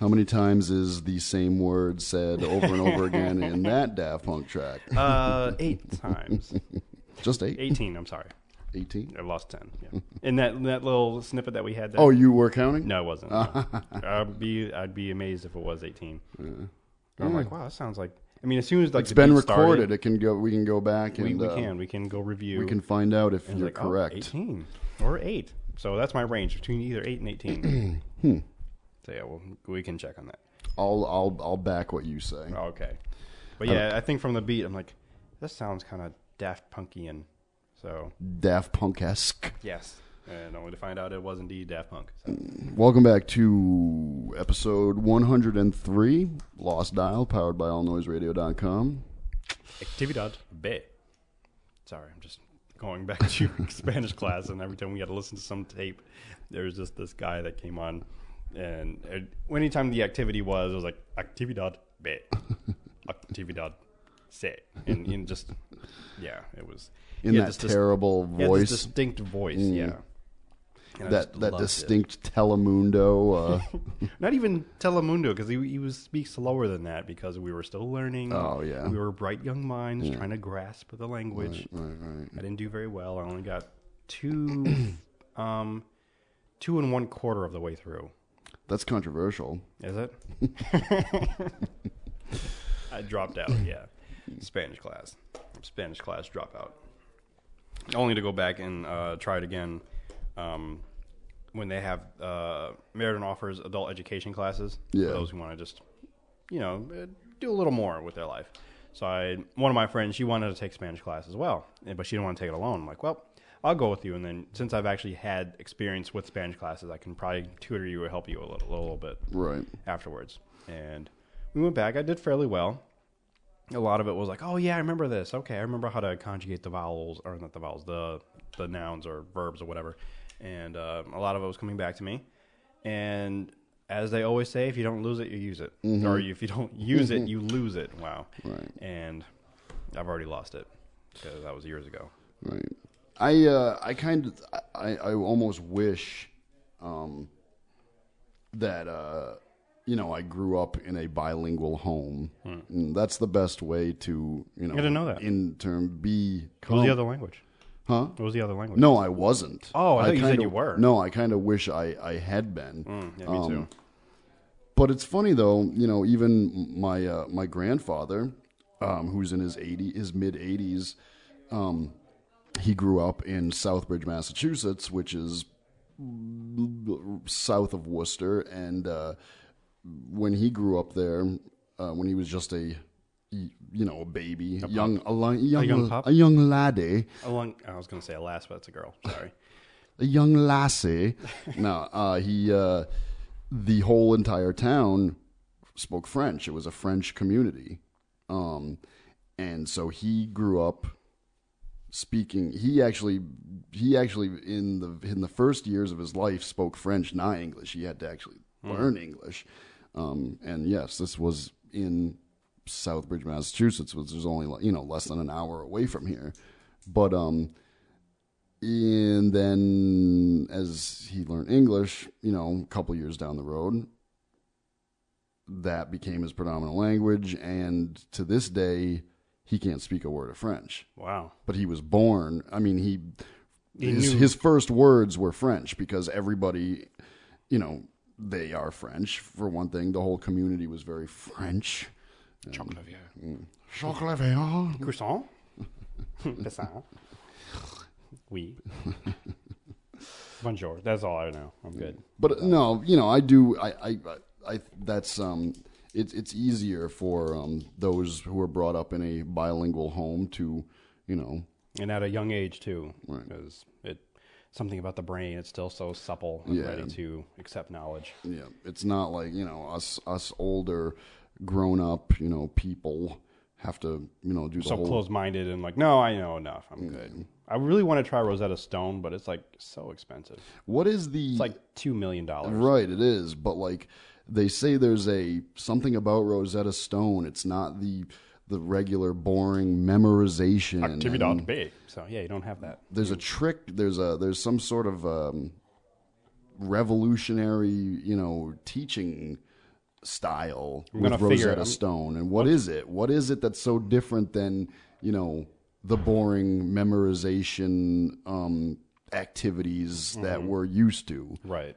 How many times is the same word said over and over again in that Daft Punk track? Uh, eight times. Just eight? 18, I'm sorry. 18? I lost 10. Yeah. And that that little snippet that we had there. Oh, you were counting? No, it wasn't. no. I'd be I'd be amazed if it was 18. I'm like, wow, that sounds like. I mean, as soon as like It's been recorded. It can go. We can go back and we, we uh, can we can go review. we can find out if And you're like, oh, correct. 18 or 8. So that's my range between either 8 and 18. Hmm. So yeah, well, we can check on that. I'll I'll I'll back what you say. Okay. But yeah, I think from the beat, I'm like, this sounds kind of Daft Punkian. So Daft Punk esque. yes, and only to find out it was indeed Daft Punk. So. Mm. Welcome back to episode 103, Lost Dial, powered by AllNoiseRadio.com. Actividad B. Sorry, I'm just going back to Spanish class, and every time we had to listen to some tape, there was just this guy that came on, and uh, anytime the activity was, it was like Actividad B, Actividad C, and, and just yeah, it was In he had that this dis- terrible he had this voice, Mm. distinct voice, yeah. And I that just that loved it. distinct Telemundo. Uh, Not even Telemundo, because he, he was speaks slower than that because we were still learning. Oh, yeah. we were bright young minds trying to grasp the language. I didn't do very well. I only got two, um, two and one quarter of the way through. that's controversial. Is it? I dropped out. Yeah, Spanish class, Spanish class dropout. Only to go back and uh, try it again um, when they have uh, Meriden offers adult education classes Yeah. for those who want to just, you know, uh, do a little more with their life. So I, one of my friends, she wanted to take Spanish class as well, and- but she didn't want to take it alone. I'm like, well, I'll go with you, and then since I've actually had experience with Spanish classes, I can probably tutor you or help you a little, a little bit Right. afterwards. And we went back. I did fairly well. A lot of it was like, oh yeah, I remember this. Okay, I remember how to conjugate the vowels or not the vowels, the the nouns or verbs or whatever. And uh, a lot of it was coming back to me. And as they always say, if you don't lose it, you use it, or if you don't use it, you lose it. Wow. Mm-hmm. Right. And I've already lost it because that was years ago. Right. I uh, I kind of I, I almost wish um, that uh, you know I grew up in a bilingual home. And that's the best way to you know. I didn't Hmm. know that. In term be What was the other language? Oh. huh? What was the other language? No, I wasn't. Oh, I thought you said kinda- you were. Hmm. No, I kind of wish I I had been. Yeah, me Um. too. But it's funny though, you know, even my uh, my grandfather, um, who's in his eighty his mid eighties, um, he grew up in Southbridge, Massachusetts, which is south of Worcester, and uh, when he grew up there, uh, when he was just a you know a baby, young a, li- young young young pup? a young laddie, Along, I was going to say a lass, but it's a girl. Sorry. a young lassie. no, uh, he, uh, the whole entire town spoke French. It was a French community. Um, and so he grew up speaking. He actually, he actually in the in the first years of his life spoke French, not English. He had to actually learn English. Um, and yes, this was in Southbridge, Massachusetts, which is only like, you know less than an hour away from here. But um, and then as he learned English, you know, a couple years down the road, that became his predominant language. And to this day, he can't speak a word of French. Wow. But he was born. I mean, he, He his, knew. his first words were French because everybody, you know, they are French for one thing. The whole community was very French. Mm. Chocolate. yeah. Chocolat Veillon. Croissant. Croissant. Oui. Bonjour. That's all I know. I'm good. But uh, no, you know, I do. I, I, I. That's um. It's it's easier for um those who are brought up in a bilingual home to, you know, And at a young age too, because it something about the brain. It's still so supple and Yeah. ready to accept knowledge. yeah. It's not like you know us us older, grown up you know people have to you know do the So whole close-minded and like, no, I know enough. I'm good. I really want to try Rosetta Stone, but it's like so expensive. What is the It's like two million dollars. right? It is, but like they say, there's a something about Rosetta Stone. It's not the the regular boring memorization. Activity and dot B. So yeah, you don't have that. There's a trick. There's a there's some sort of um, revolutionary, you know, teaching style gonna with figure it Rosetta out. Stone. And what is it? What is it that's so different than you know the boring memorization um, activities that we're used to? Right.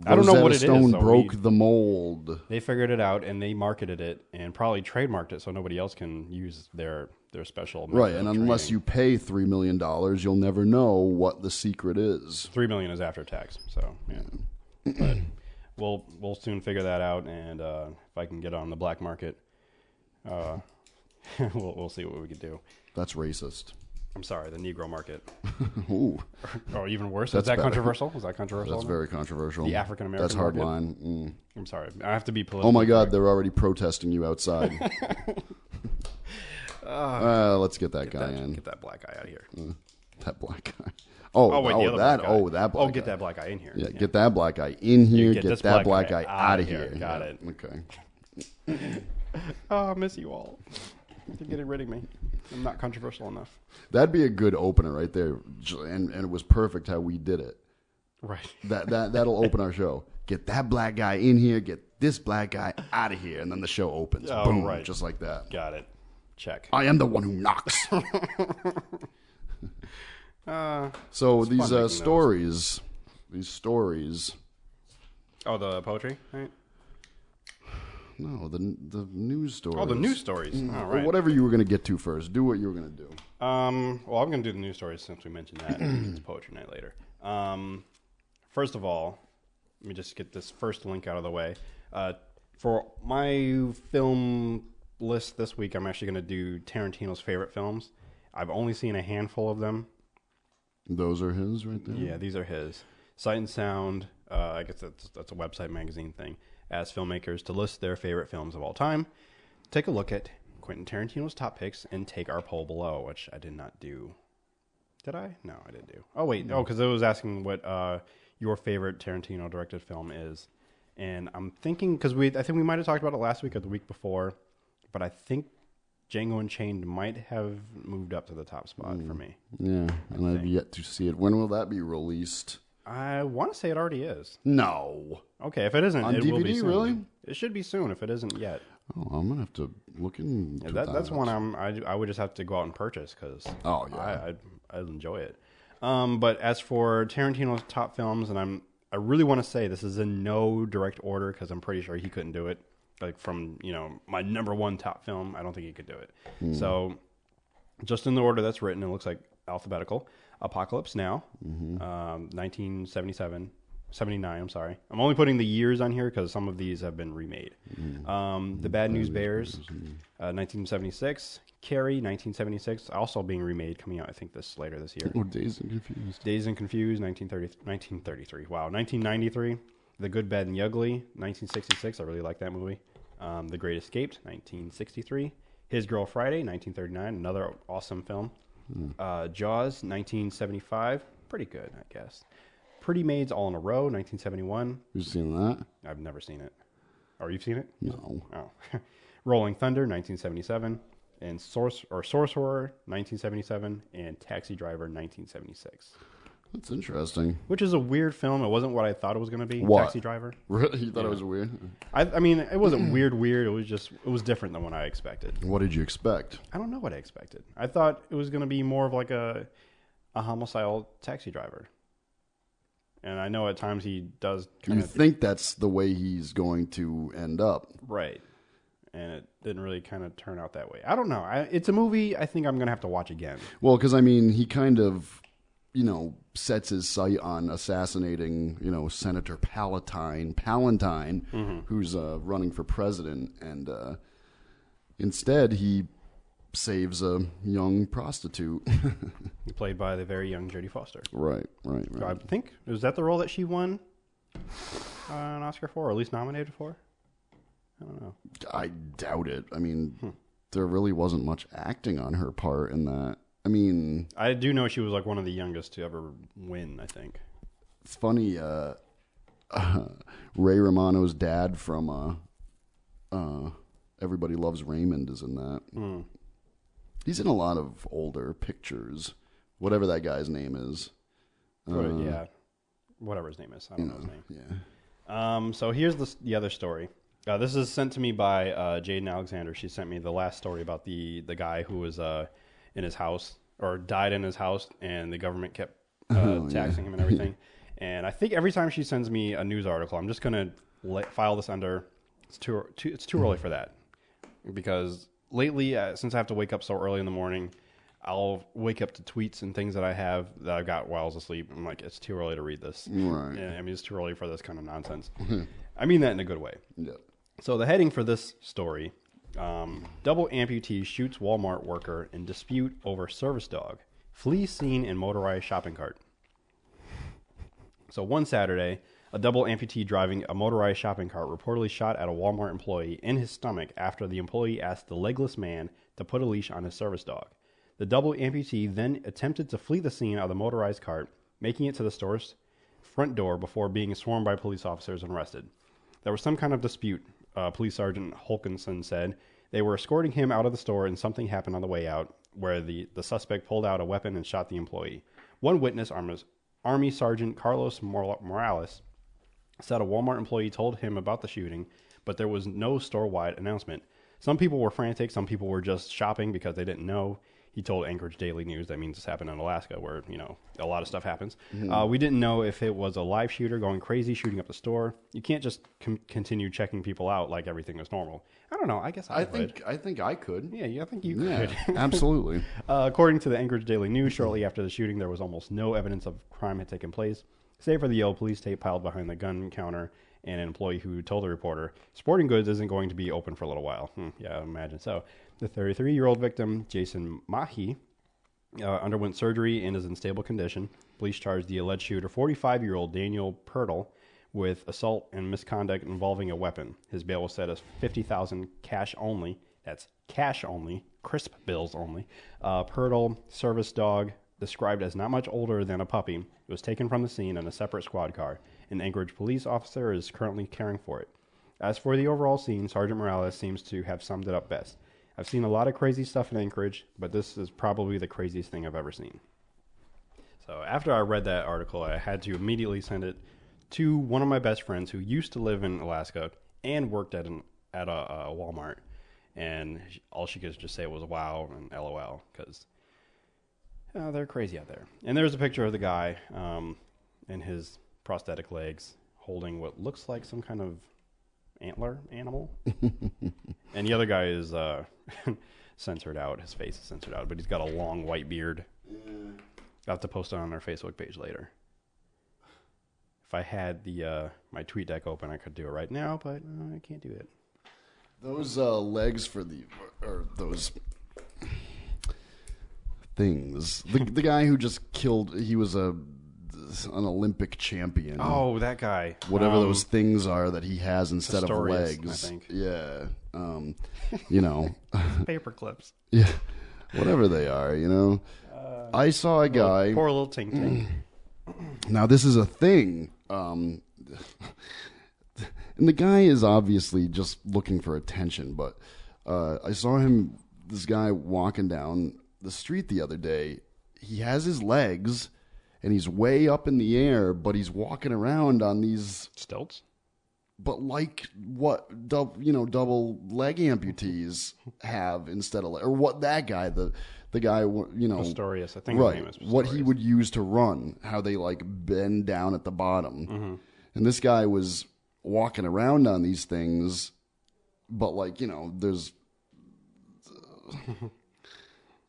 Mm-hmm. I don't know Rosetta what it is. Stone though. broke He- the mold. they figured it out and they marketed it and probably trademarked it so nobody else can use their their special method Right, of and unless training. you pay three million dollars, you'll never know what the secret is. three million is after tax so yeah but we'll we'll soon figure that out and uh, if i can get on the black market uh, we'll, we'll see what we can do That's racist. i'm sorry the negro market Ooh, or Oh, even worse is that controversial is that controversial that's very controversial. The African-American That's hard market? line. Mm. i'm sorry i have to be political Oh my God, they're already protesting you outside. uh, let's get that guy in. get that black guy out of here That black guy. Oh, oh wait the Mm. oh other that. black guy. Oh, that black. oh get guy. that black guy in here Yeah, get that black guy in here. get Get, this that black black guy guy, outta out of here. here. Got Yeah, it. Okay. oh i miss you all you're getting rid of me i'm not controversial enough That'd be a good opener right there, J- and and it was perfect how we did it. right That that that'll open our show. Get that black guy in here. Get this black guy out of here, and then the show opens. Oh, Boom, right. just like that. Got it. Check. I am the one who knocks. Uh, so these making uh, those. stories, these stories. oh, the poetry, right? No, the the news stories. Oh, the news stories. All Or right. whatever you were gonna get to first. Do what you were gonna do. Um, well, I'm going to do the news stories since we mentioned that. it's poetry night later. Um, first of all, let me just get this first link out of the way. Uh, for my film list this week, I'm actually going to do Tarantino's favorite films. I've only seen a handful of them. Those are his right there. Yeah, these are his. Sight and Sound. Uh, I guess that's that's a website magazine thing. Asks filmmakers to list their favorite films of all time. Take a look at Quentin Tarantino's top picks and take our poll below, which I did not do. Did I? No, I didn't do. Oh wait, no, because it was asking what uh, your favorite Tarantino directed film is, and I'm thinking because we I think we might have talked about it last week or the week before, but I think Django Unchained might have moved up to the top spot for me. Yeah, and I've yet to see it. When will that be released? I want to say it already is. No. Okay, if it isn't, On it will be DVD, soon. really? It should be soon if it isn't yet. Oh, I'm gonna have to look in. Yeah, that, that's one I'm. I, I would just have to go out and purchase because. Oh, yeah. I, I'd, I'd enjoy it. Um, but as for Tarantino's top films, and I'm I really want to say this is in no direct order because I'm pretty sure he couldn't do it. Like from you know my number one top film, I don't think he could do it. Hmm. So just in the order that's written, it looks like alphabetical. Apocalypse Now, um, 1977, 79, I'm sorry. I'm only putting the years on here because some of these have been remade. Um, the Bad News Bears, uh, 1976. Carrie, 1976, also being remade, coming out, I think, this later this year. Oh, dazed and confused. Dazed and Confused, 1930, 1933. Wow, 1993. The Good, Bad, and the Ugly, 1966. I really like that movie. Um, the Great Escaped, 1963. His Girl Friday, 1939. Another awesome film. Uh, Jaws, 1975. Pretty good, I guess. Pretty Maids All in a Row, 1971. You've seen that? I've never seen it. Or you've seen it? No. Oh. Rolling Thunder, 1977. And Source or Sorcerer, 1977. And Taxi Driver, 1976 That's interesting. which is a weird film. It wasn't what I thought it was going to be. What? Taxi Driver. Really? You thought it was weird? I, I mean, it wasn't weird. Weird. It was just it was different than what I expected. What did you expect? I don't know what I expected. I thought it was going to be more of like a a homicidal taxi driver. And I know at times he does You kind of think that's the way he's going to end up. right, and it didn't really kind of turn out that way. I don't know. I, it's a movie. I think I'm going to have to watch again. Well, because I mean, he kind of, you know, sets his sight on assassinating, you know, Senator Palatine, Palantine, who's uh, running for president, and uh, instead he saves a young prostitute. Played by the very young Jodie Foster. right, right, right. I think was that the role that she won uh, an Oscar for, or at least nominated for. I don't know. I doubt it. I mean, there really wasn't much acting on her part in that. I mean, I do know she was like one of the youngest to ever win. I think. it's funny. Uh, Ray Romano's dad from uh, uh, Everybody Loves Raymond is in that. He's in a lot of older pictures, whatever that guy's name is. But, yeah, whatever his name is, I don't know his name. Yeah. Um, so here's the the other story. Uh, this is sent to me by uh, Jaden Alexander. She sent me the last story about the the guy who was uh, in his house or died in his house, and the government kept uh, taxing him and everything. and I think every time she sends me a news article, I'm just gonna let, file this under. It's too, too it's too early for that because lately, uh, since I have to wake up so early in the morning, I'll wake up to tweets and things that I have that I've got while I was asleep. I'm like, it's too early to read this. Right. Yeah, I mean, it's too early for this kind of nonsense. I mean that in a good way. Yeah. So the heading for this story: um, Double amputee shoots Walmart worker in dispute over service dog, flees scene in motorized shopping cart. So one Saturday, a double amputee driving a motorized shopping cart reportedly shot at a Walmart employee in his stomach after the employee asked the legless man to put a leash on his service dog. The double amputee then attempted to flee the scene of the motorized cart, making it to the store's front door before being swarmed by police officers and arrested. There was some kind of dispute, uh, Police Sergeant Holkinson said. They were escorting him out of the store, and something happened on the way out where the, the suspect pulled out a weapon and shot the employee. One witness, Army, Army Sergeant Carlos Mor- Morales, said a Walmart employee told him about the shooting, but there was no store wide announcement. Some people were frantic, some people were just shopping because they didn't know. He told Anchorage Daily News, that means this happened in Alaska, where, you know, a lot of stuff happens. Mm-hmm. Uh, we didn't know if it was a live shooter going crazy, shooting up the store. You can't just com- continue checking people out like everything was normal. I don't know. I guess I, I would. think I think I could. Yeah, I think you Yeah, could. absolutely. Uh, according to the Anchorage Daily News, shortly after the shooting, there was almost no evidence of crime had taken place, save for the yellow police tape piled behind the gun counter and an employee who told the reporter, "Sporting Goods isn't going to be open for a little while." Hmm, yeah, I imagine so. The 33-year-old victim, Jason Mahi, uh, underwent surgery and is in stable condition. Police charged the alleged shooter, 45 year old Daniel Pertle, with assault and misconduct involving a weapon. His bail was set as 50000 cash only. That's cash only, crisp bills only. Uh, Pertle, service dog, described as not much older than a puppy, was taken from the scene in a separate squad car. An Anchorage police officer is currently caring for it. As for the overall scene, Sergeant Morales seems to have summed it up best. I've seen a lot of crazy stuff in Anchorage, but this is probably the craziest thing I've ever seen. So after I read that article, I had to immediately send it to one of my best friends who used to live in Alaska and worked at an at a, uh Walmart, and she- all she could just say was "wow" and "lol" because uh, they're crazy out there. And there's a picture of the guy um, in his prosthetic legs holding what looks like some kind of antler animal. and the other guy is uh, censored out. His face is censored out, but he's got a long white beard. I'll have to post it on our Facebook page later. If I had the uh, my tweet deck open, I could do it right now, but uh, I can't do it. Those uh, legs for the or those things. The the guy who just killed. He was a an Olympic champion. Oh, that guy. whatever Um, those things are that he has instead of Pistorius, I legs. think. Yeah. Um, you know. paper clips. yeah. Whatever they are, you know. I saw a guy. Uh, oh, Poor little Tink Tink. Now this is a thing. Um, and the guy is obviously just looking for attention, but uh, I saw him this guy walking down the street the other day. He has his legs and he's way up in the air, but he's walking around on these Stilts. but like what dub, you know double leg amputees have instead of or what that guy the the guy you know Pistorius. I think right. his name is Pistorius. What he would use to run, how they like bend down at the bottom. Mm-hmm. And this guy was walking around on these things, but like, you know, there's,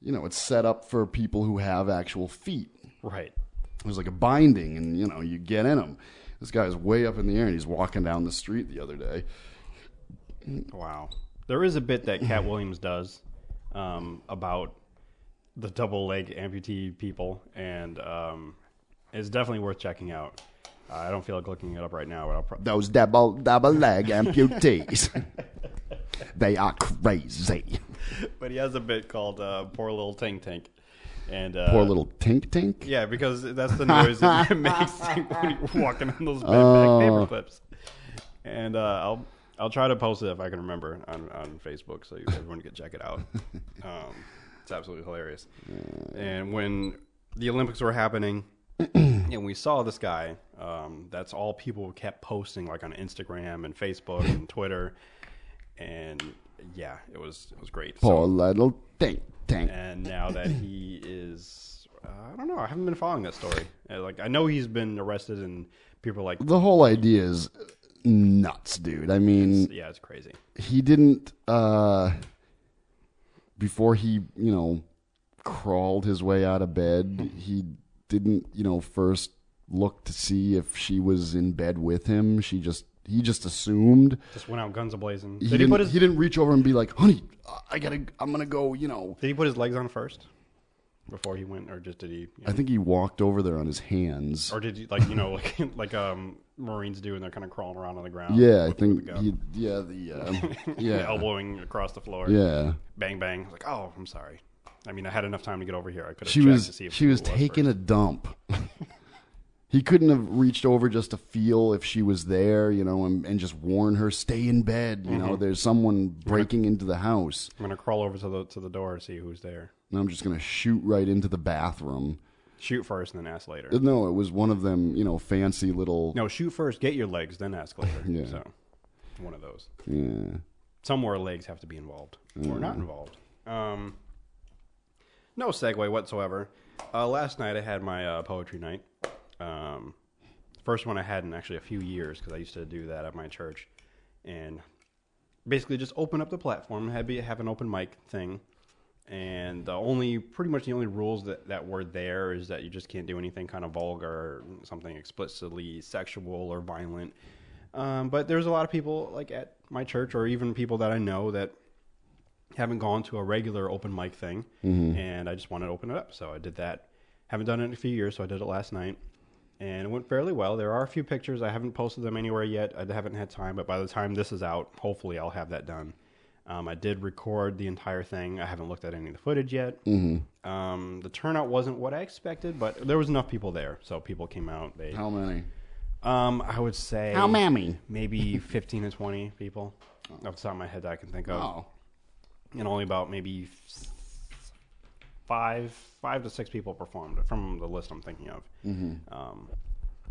you know, it's set up for people who have actual feet. Right. It was like a binding, and, you know, you get in them. This guy's way up in the air and he's walking down the street the other day. Wow. There is a bit that Cat Williams does um, about the double leg amputee people, and um, it's definitely worth checking out. I don't feel like looking it up right now, but I'll probably. Those double, double leg amputees. they are crazy. But he has a bit called uh, "Poor Little Tink Tink," and uh, Poor little tink tink. Yeah, because that's the noise that it makes when you're walking on those bent back paper clips. And uh, I'll I'll try to post it if I can remember on, on Facebook so everyone can check it out. Um, it's absolutely hilarious. And when the Olympics were happening, and we saw this guy, um, that's all people kept posting like on Instagram and Facebook and Twitter, and yeah, it was it was great. So- Poor little tink tink. and now that he is uh, i don't know i haven't been following that story Uh, like i know he's been arrested and people are like The whole idea is nuts, dude. I mean, yeah it's crazy he didn't uh before he, you know, crawled his way out of bed, he didn't, you know, first look to see if she was in bed with him. She just he just assumed. just went out guns a blazing He, did he didn't, put his he didn't reach over and be like, "Honey, I got to I'm going to go, you know." did he put his legs on first before he went or just did he you I know, think he walked over there on his hands. or did he like you know like like um marines do and they're kind of crawling around on the ground Yeah, I looking think where to he, yeah, the uh, go. yeah. elbowing across the floor Yeah. bang bang like oh i'm sorry i mean i had enough time to get over here i could have She checked was to see if she was it was taking a dump. he couldn't have reached over just to feel if she was there, you know, and, and just warn her stay in bed. You Mm-hmm. know, there's someone breaking into the house, i'm gonna crawl over to the to the door see who's there and I'm just gonna shoot right into the bathroom. shoot first and then ask later No, it was one of them, you know, fancy little. No, shoot first, get your legs, then ask later. Yeah. So, one of those. Yeah. Somewhere legs have to be involved or not involved. Um, no segue whatsoever. Uh, last night I had my uh, poetry night. Um, first one I had in actually a few years because I used to do that at my church, and basically just open up the platform, have be, have an open mic thing, and the only pretty much the only rules that, that were there is that you just can't do anything kind of vulgar, something explicitly sexual or violent. Um, but there's a lot of people like at my church or even people that I know that haven't gone to a regular open mic thing, Mm-hmm. and I just wanted to open it up, so I did that. Haven't done it in a few years, so I did it last night, and it went fairly well. There are a few pictures I haven't posted them anywhere yet. I haven't had time, but by the time this is out, hopefully I'll have that done. Um, I did record the entire thing. I haven't looked at any of the footage yet. Mm-hmm. Um, the turnout wasn't what I expected, but there was enough people there, so people came out. They, How many? um, I would say How many? maybe fifteen to twenty people off the top of my head that I can think of Oh, and only about maybe f- five five to six people performed from the list I'm thinking of. Um,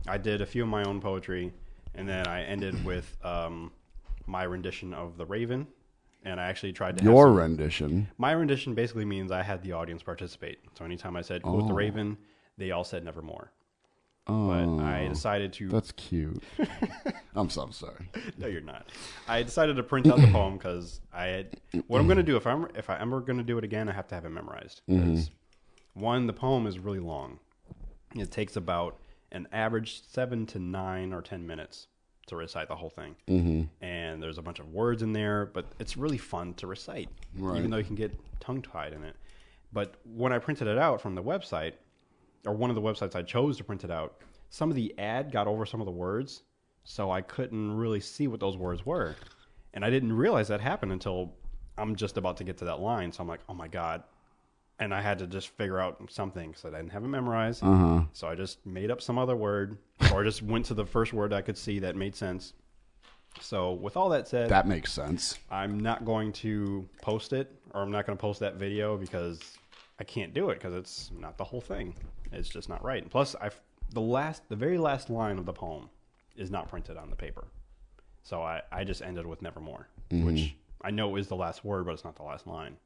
I did a few of my own poetry, and then I ended with um, my rendition of the Raven. And I actually tried to have your some- rendition. my rendition basically means I had the audience participate. So anytime I said "Quote the Raven," they all said "Nevermore." But I decided to That's cute. I'm so I'm sorry. No, you're not. I decided to print out the poem because I had what I'm going to do if I'm if I am ever going to do it again, I have to have it memorized. 'Cause One, the poem is really long. It takes about and averaged seven to nine or ten minutes to recite the whole thing. And there's a bunch of words in there, but it's really fun to recite, even though you can get tongue tied in it. But when I printed it out from the website, or one of the websites I chose to print it out, some of the ad got over some of the words, so I couldn't really see what those words were. And I didn't realize that happened until I'm just about to get to that line. So I'm like, oh my God. And I had to just figure out something because I didn't have it memorized. So I just made up some other word or just went to the first word I could see that made sense. So, with all that said, That makes sense. I'm not going to post it or I'm not going to post that video because I can't do it because it's not the whole thing. It's just not right. And plus, I the last the very last line of the poem is not printed on the paper. So I, I just ended with nevermore, Mm-hmm. which I know is the last word, but it's not the last line.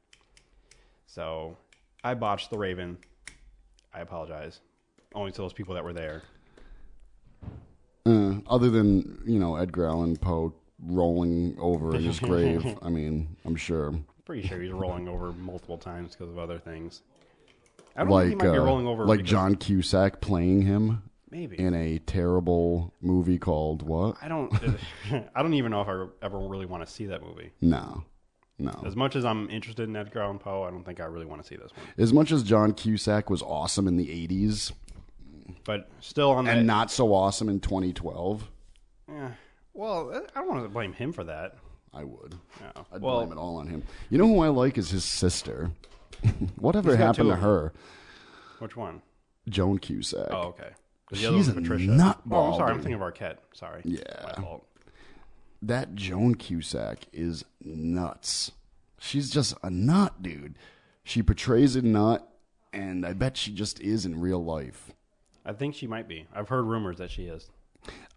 So I botched the raven. I apologize. Only to those people that were there. Uh, other than you know Edgar Allan Poe rolling over in his grave, I mean, I'm sure. Pretty sure he's rolling over multiple times because of other things. I don't Like think he might be uh, rolling over like because- John Cusack playing him Maybe in a terrible movie called what? I don't. I don't even know if I ever really want to see that movie. No, no. As much as I'm interested in Edgar Allan Poe, I don't think I really want to see this one. As much as John Cusack was awesome in the '80s But still, on and that. not so awesome in 2012, eh, well, I don't want to blame him for that. I would. No. I'd well, blame it all on him. You know who I like is his sister. Whatever got happened two to of them. her? which one? Joan Cusack. Oh, okay. 'Cause She's one's a nutball, Oh, I'm sorry. I'm dude. thinking of Arquette. Sorry. Yeah. My fault. That Joan Cusack is nuts. She's just a nut, dude. She portrays a nut, and I bet she just is in real life. I think she might be. I've heard rumors that she is.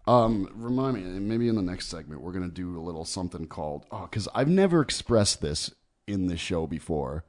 Um, remind me, and maybe in the next segment we're gonna do a little something called oh, because I've never expressed this in the show before.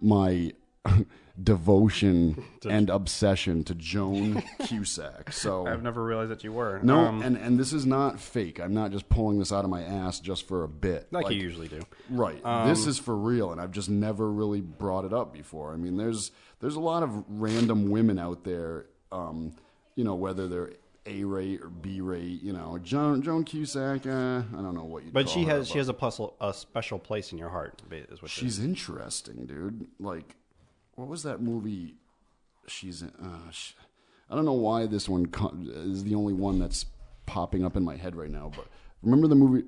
My devotion and obsession to Joan Cusack. So I've never realized that you were. no, Um, and and this is not fake. I'm not just pulling this out of my ass just for a bit. like, Like, you usually do. Right. this is for real, and I've just never really brought it up before. I mean, there's there's a lot of random women out there, um, you know, whether they're A rate or B rate. You know, Joan Joan Cusack. Uh, I don't know what you. But she has she has a plus a special place in your heart. Is what She's interesting, dude. Like, what was that movie? She's in. Uh, sh- I don't know why this one co- is the only one that's popping up in my head right now. But remember the movie?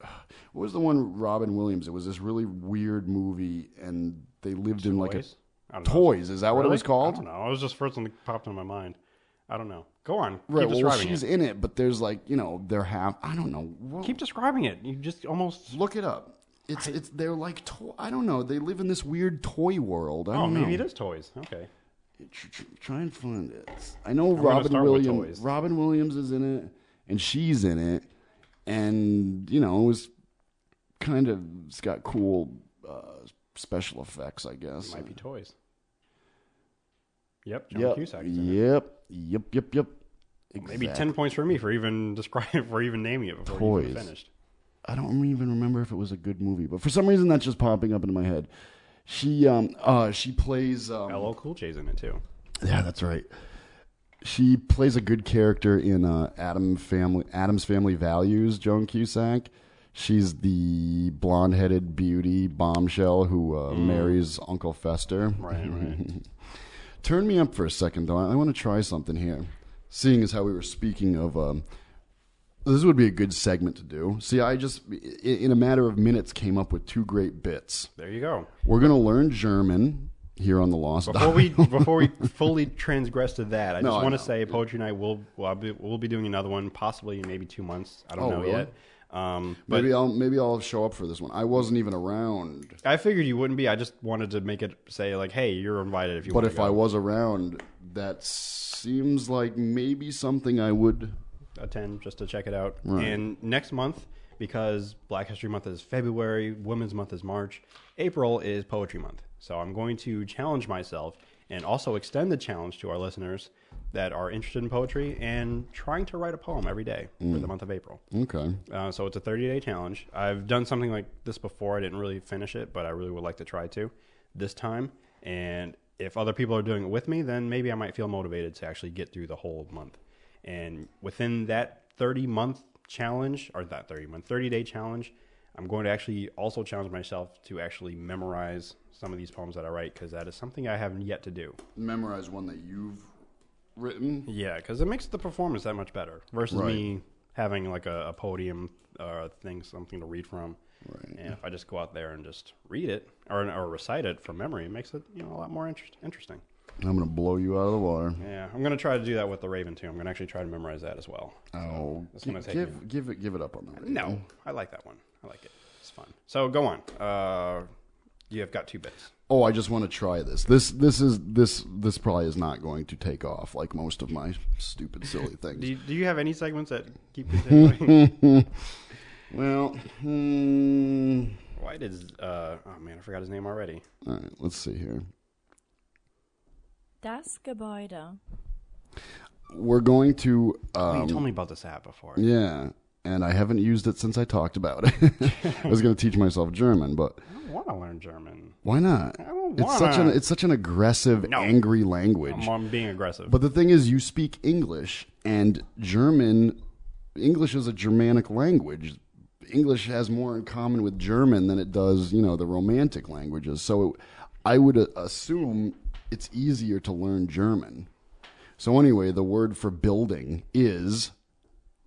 What was the one Robin Williams? It was this really weird movie, and they lived in like Toys? I a don't know. toys. Is that what it Really? was called? I don't know. It was just first one that popped into my mind. I don't know. Go on. Right. Well, Keep describing she's it. in it, but there's like you know they're half. I don't know. What, Keep describing it. You just almost. look it up. It's it's they're like to- I don't know. They live in this weird toy world. I Oh, don't know. maybe it is toys. Okay. tr- tr- try and find it. I know gonna Robin start with Williams. toys. Robin Williams is in it, and she's in it, and you know it was kind of it's got cool uh, special effects, I guess. Might be toys. Yep. John Yep. Cusack. is in it. Yep. Yep. Yep. Yep. Maybe Exact- ten points for me for even describing for even naming it before you Toys. even finished. I don't even remember if it was a good movie, but for some reason that's just popping up into my head. She um uh she plays um, LL Cool J's in it too. Yeah, that's right. She plays a good character in uh, Adam Family Adam's Family Values. Joan Cusack. She's the blonde-headed beauty bombshell who uh, marries Uncle Fester. Mm. Right. Right. Turn me up for a second, though. I, want to try something here. Seeing as how we were speaking of, um, this would be a good segment to do. See, I just i- in a matter of minutes came up with two great bits. there you go. We're gonna learn German here on the Lost. Before we before we fully transgress to that, I No, just I want to know. say Poetry Night will will be, will be doing another one, possibly in maybe two months. I don't Oh, know really? yet. Um, but maybe I'll maybe I'll show up for this one. I wasn't even around, I figured you wouldn't be. I just wanted to make it say like, "Hey, you're invited if you but want to if I was around, that seems like maybe something I would. attend just to check it out." And next month, because Black History Month is February, Women's Month is March, April is Poetry Month. So I'm going to challenge myself and also extend the challenge to our listeners that are interested in poetry and trying to write a poem every day for the Mm. month of April. Okay, Uh, so it's a 30 day challenge. I've done something like this before. I didn't really finish it, but I really would like to try to this time. And if other people are doing it with me, then maybe I might feel motivated to actually get through the whole month. And within that 30 month challenge, or that 30 month, 30 day challenge, I'm going to actually also challenge myself to actually memorize some of these poems that I write because that is something I have yet to do. Memorize one that you've written. Yeah, because it makes the performance that much better versus Right. me having like a, a podium uh, thing, something to read from. Right. And if I just go out there and just read it or, or recite it from memory, it makes it you know a lot more interest, interesting. I'm gonna blow you out of the water. Yeah, I'm gonna try to do that with the Raven too. I'm gonna actually try to memorize that as well. Oh, That's gi- gonna take give give it give it up on that. No, I like that one. I like it. It's fun. So go on. Uh, you have got two bits. oh i just want to try this this this is this this probably is not going to take off like most of my stupid silly Do things you, do you have any segments that keep continuing? well hmm, Why did uh, oh man, I forgot his name already. all right let's see here Das Gebäude. we're going to Oh, um, you told me about this app before. yeah and i haven't used it since i talked about it i was going to teach myself german but I don't want to learn German. why not I don't it's such an wanna. it's such an aggressive No. angry language I'm, I'm being aggressive. But the thing is, you speak English, and German, English is a Germanic language. English has more in common with German than it does, you know, the Romantic languages. So it, I would uh, assume it's easier to learn German. So anyway, the word for building is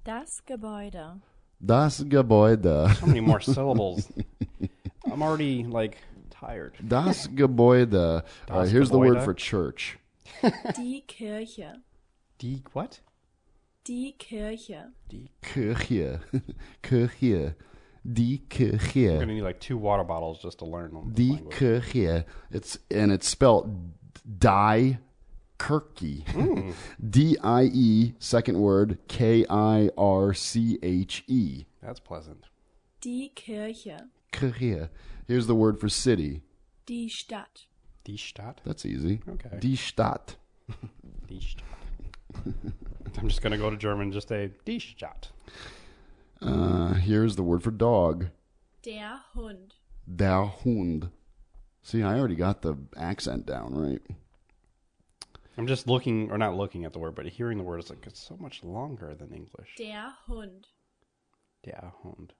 Das Gebäude. das Gebäude. How many more syllables? I'm already like tired. Das Gebäude. Uh, here's the word Gebäude. for church. Die Kirche. D what? Die Kirche. Kirche. Kirche. Die Kirche. We're gonna need like two water bottles just to learn them. Die Kirche. It's and it's spelled die Kirche. Hmm. D I E second word K I R C H E. That's pleasant. Die Kirche. Kirche. Here's the word for city. Die Stadt. Die Stadt. That's easy. Okay. Die Stadt. Die Stadt. I'm just gonna go to German. and Just say die Stadt. Uh, here's the word for dog. Der Hund. Der Hund. See, I already got the accent down right. I'm just looking, or not looking at the word, but hearing the word is like it's so much longer than English. Der Hund. Der Hund.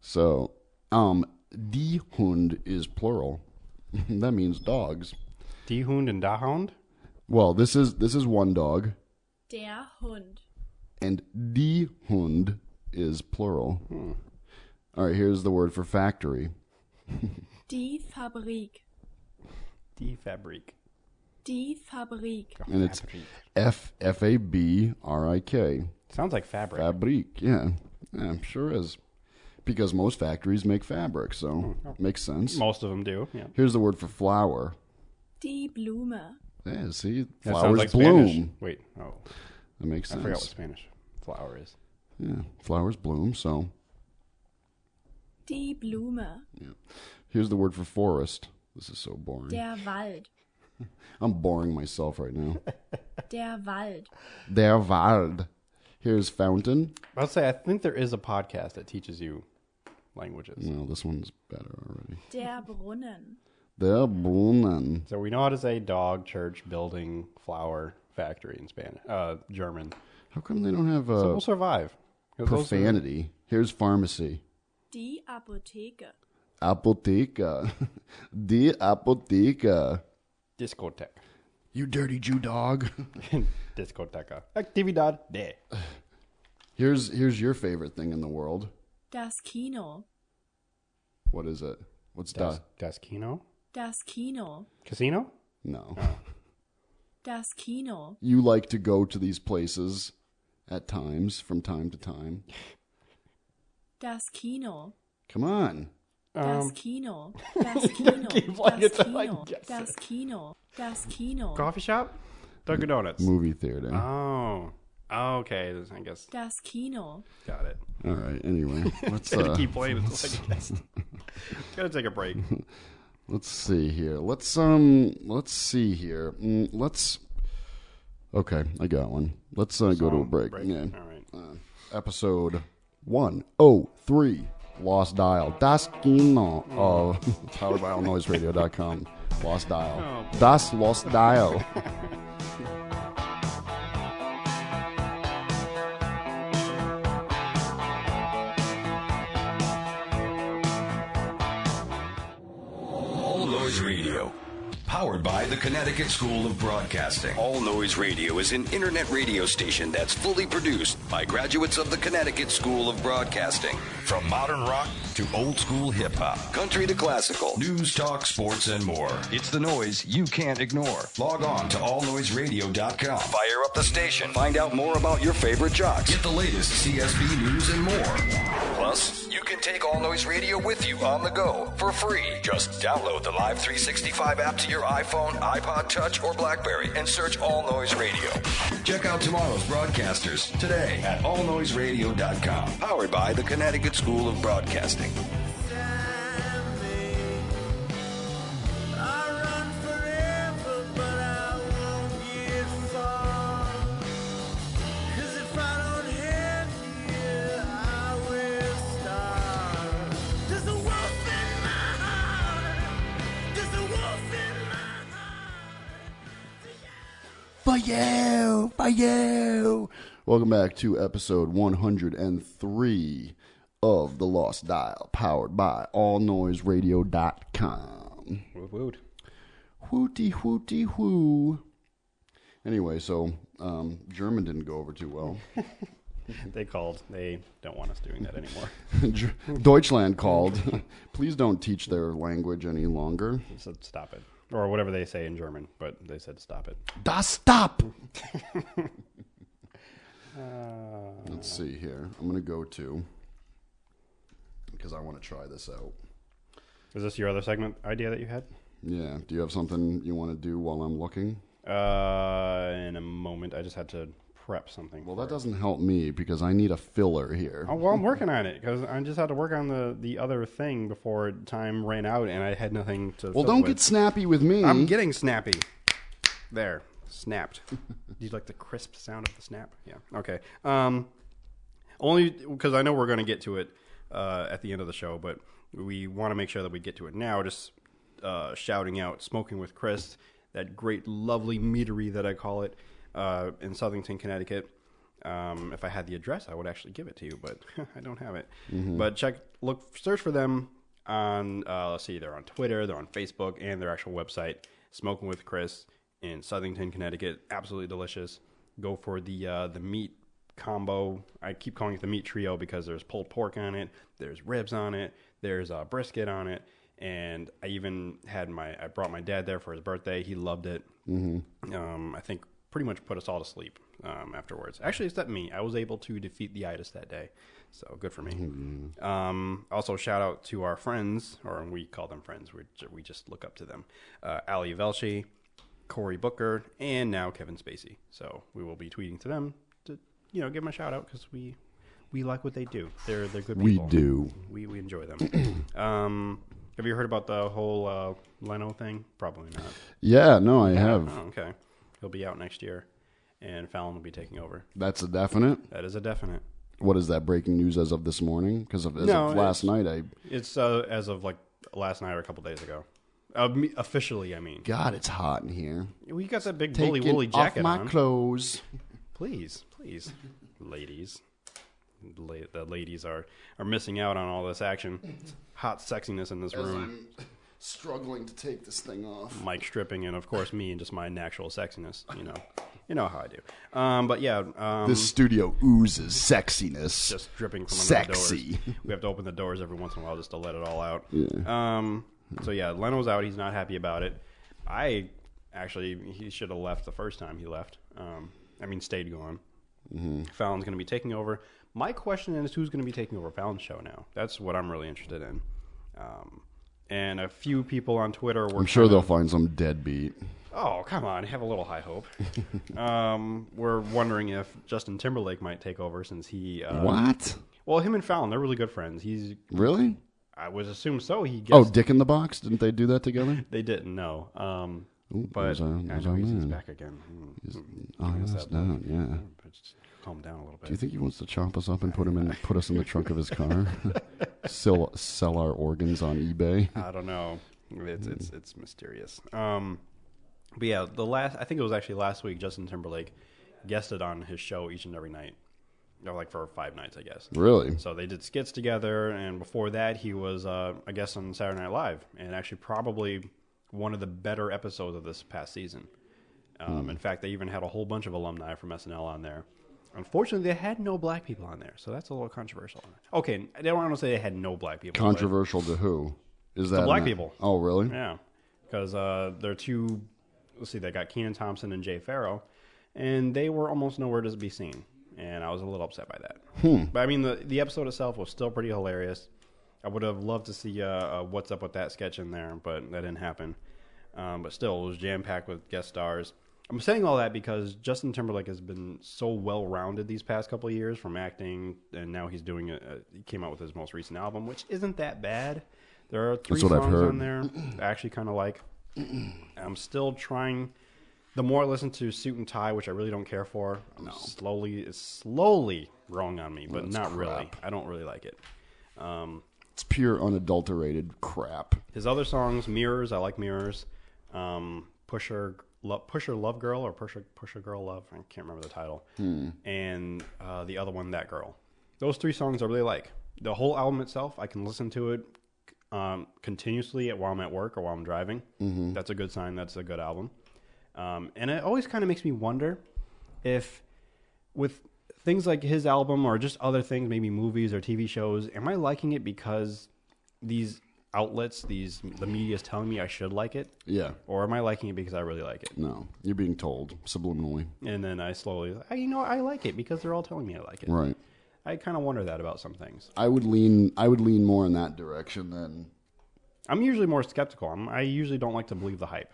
So, um, die Hund is plural. that means dogs. Die Hund and da Hund. Well, this is this is one dog. Der Hund. and die Hund is plural. Hmm. All right, here's the word for factory. Die Fabrik. Die Fabrik. Die Fabrik. And it's- Fabrik. F F A B R I K. sounds like fabric. Fabrique, yeah. Yeah, sure is. Because most factories make fabric, so Hmm. makes sense. Most of them do. Yeah. Here's the word for flower. Die Blume. Yeah, see, That flowers sounds like bloom. Spanish. Wait. Oh, That makes I forgot what sense. Spanish flower is. Yeah, flowers bloom, so Die Blume. here's the word for forest. This is so boring. Der Wald. I'm boring myself right now. Der Wald. Der Wald. Here's fountain. I'll say I think there is a podcast that teaches you languages. No, this one's better already. Der Brunnen. Der Brunnen. So we know how to say dog, church, building, flower, factory in Spanish, uh, German. How come they don't have So uh, we'll survive. 'Cause those are- profanity? Here's pharmacy. Die Apotheke. Apotheca. Die Apotheca. Discotheque. You dirty Jew dog. Discoteca. Actividad de. here's here's your favorite thing in the world. Das Kino. What is it? What's Das, da? das Kino? Das Kino. Casino? No. Das Kino. You like to go to these places at times, from time to time. Das Kino. Come on. Um, Das Kino, das Kino, keep like das it's a- I Kino, guess das Kino, das Kino, Coffee shop? Dunkin' Donuts. Movie theater. Oh. Oh, okay. I guess. das Kino, Got it. All right. Anyway, let's Gotta uh, keep playing until I guess. Gotta take a break. Let's see here. Let's um. Let's see here. Mm, let's. Okay, I got one. Let's uh, go to a break. Yeah. Uh, All right. Episode one oh Mm. three. Lost Dial. Das Kino of PoweredByAllNoiseRadio.com. Lost Oh, Dial. Das Lost Dial. All Noise Radio. Powered by the Connecticut School of Broadcasting. All Noise Radio is an internet radio station that's fully produced by graduates of the Connecticut School of Broadcasting. From modern rock to old school hip hop. Country to classical, news, talk, sports, and more. It's the noise you can't ignore. Log on to allnoiseradio.com. Fire up the station. Find out more about your favorite jocks. Get the latest CSB news and more. Plus, you can take All Noise Radio with you on the go for free. Just download the Live 365 app to your iPhone, iPod Touch, or Blackberry and search All Noise Radio. Check out tomorrow's broadcasters today at allnoiseradio.com. Powered by the Connecticut School of Broadcasting. For you, for you. Welcome back to episode 103 of The Lost Dial, powered by allnoiseradio.com. Woot woot. Hooty hooty hoo. Anyway, so um, German didn't go over too well. They called. They don't want us doing that anymore. Ger- Deutschland called. Please don't teach their language any longer. They said stop it, or whatever they say in German. But they said stop it. Das stop. Uh. Let's see here. I'm gonna go to because I want to try this out. Is this your other segment idea that you had? Yeah. Do you have something you want to do while I'm looking? Uh, in a moment, I just had to prep something. Well, that doesn't help me because I need a filler here. Oh, well, I'm working on it because I just had to work on the the other thing before time ran out, and I had nothing to. well, fill don't with. get snappy with me. I'm getting snappy. There, snapped. Do you like the crisp sound of the snap? Yeah. Okay. Um, only because I know we're going to get to it uh, at the end of the show, but we want to make sure that we get to it now. Just uh, shouting out "Smoking with Chris," that great, lovely meadery that I call it uh, in Southington, Connecticut. Um, if I had the address, I would actually give it to you, but I don't have it. But check, look, search for them on. Uh, let's see, they're on Twitter, they're on Facebook, and their actual website, "Smoking with Chris" in Southington, Connecticut. Absolutely delicious. Go for the uh, the meat combo. I keep calling it the meat trio because there's pulled pork on it, there's ribs on it, there's uh, brisket on it, and I even had my I brought my dad there for his birthday. He loved it. Mm-hmm. Um, I think pretty much put us all to sleep um, afterwards. Actually, except me. I was able to defeat the itis that day, so good for me. Mm-hmm. Um, also, shout out to our friends, or we call them friends. We we just look up to them. Uh, Ali Velshi. Cory Booker, and now Kevin Spacey. So we will be tweeting to them to you know give them a shout out because we we like what they do. They're they're good we people. do. We we enjoy them. um, have you heard about the whole uh, Leno thing? Probably not. Yeah. No, I Oh, have. okay, he'll be out next year, and Fallon will be taking over. That's a definite. That is a definite. What is that breaking news as of this morning? Because of, as No, of last night, I It's uh, as of like last night or a couple days ago. Uh, me- officially, I mean, God, it's hot in here. we got that big Taking bully woolly jacket off my on. clothes. please, please, ladies. La- the ladies are, are missing out on all this action. It's hot sexiness in this room. I'm struggling to take this thing off. Mike stripping, and of course me, and just my natural sexiness. You know, you know how I do. Um, but yeah, um, This studio oozes sexiness. just dripping from under Sexy. the doors. We have to open the doors every once in a while just to let it all out. Um, so yeah, Leno's out. He's not happy about it. I actually he should have left the first time he left. Um, I mean, stayed gone. Mm-hmm. Fallon's going to be taking over. My question is, who's going to be taking over Fallon's show now? That's what I'm really interested in. Um, and a few people on Twitter were I'm sure they'll find some deadbeat. Oh, come on. Have a little high hope. um, we're wondering if Justin Timberlake might take over since he. Uh, what? Well, him and Fallon, they're really good friends. He's. Really? I was assume so. He Oh, guessed. Dick in the Box? Didn't they do that together? They didn't know. Um, was but I- I, was know I he's, he's wrong? back again. Mm, mm, Oh, give us that's that look. Hmm, down, yeah. But just calm down a little bit. Do you think he wants to chop us up and put him in, put us in the trunk of his car? sell, sell our organs on eBay? I don't know. It's it's Mm. it's mysterious. Um, but yeah, the last I think it was actually last week. Justin Timberlake guested on his show each and every night, or like for five nights, I guess. Really? So they did skits together, and before that, he was uh, a guest on Saturday Night Live, and actually probably one of the better episodes of this past season. Hmm. Um, In fact, they even had a whole bunch of alumni from SNL on there. Unfortunately, they had no black people on there, so that's a little controversial. Okay, I don't want to say they had no black people. but- Controversial to who? Is that black an- people. Oh, really? yeah, because uh, they're two. Let's see, they got Keenan Thompson and Jay Farrow, and they were almost nowhere to be seen, and I was a little upset by that. But I mean, the the episode itself was still pretty hilarious. I would have loved to see uh, uh, what's up with that sketch in there, but that didn't happen. Um, but still, it was jam packed with guest stars. I'm saying all that because Justin Timberlake has been so well rounded these past couple of years from acting, and now he's doing. A, a, he came out with his most recent album, which isn't that bad. There are three That's what I've songs on heard. there I actually kind of like. I'm still trying. The more I listen to Suit and Tie, which I really don't care for, I'm slowly it's slowly growing on me, but not really. I don't really like it. It's pure unadulterated crap. His other songs, Mirrors, I like Mirrors. Um, Pusher, Lo- Pusher Love Girl or Pusher Pusher Girl Love, I can't remember the title. And uh, the other one, That Girl. Those three songs I really like. The whole album itself, I can listen to it um, continuously while I'm at work or while I'm driving. That's a good sign. That's a good album. Um, and it always kind of makes me wonder if with things like his album or just other things, maybe movies or TV shows, am I liking it because these outlets, these the media is telling me I should like it, Yeah. or am I liking it because I really like it? No, you're being told subliminally. And then I slowly, I, you know, I like it because they're all telling me I like it. Right. I kind of wonder that about some things. I would lean. I would lean more in that direction than I'm usually more skeptical. I'm, I usually don't like to believe the hype.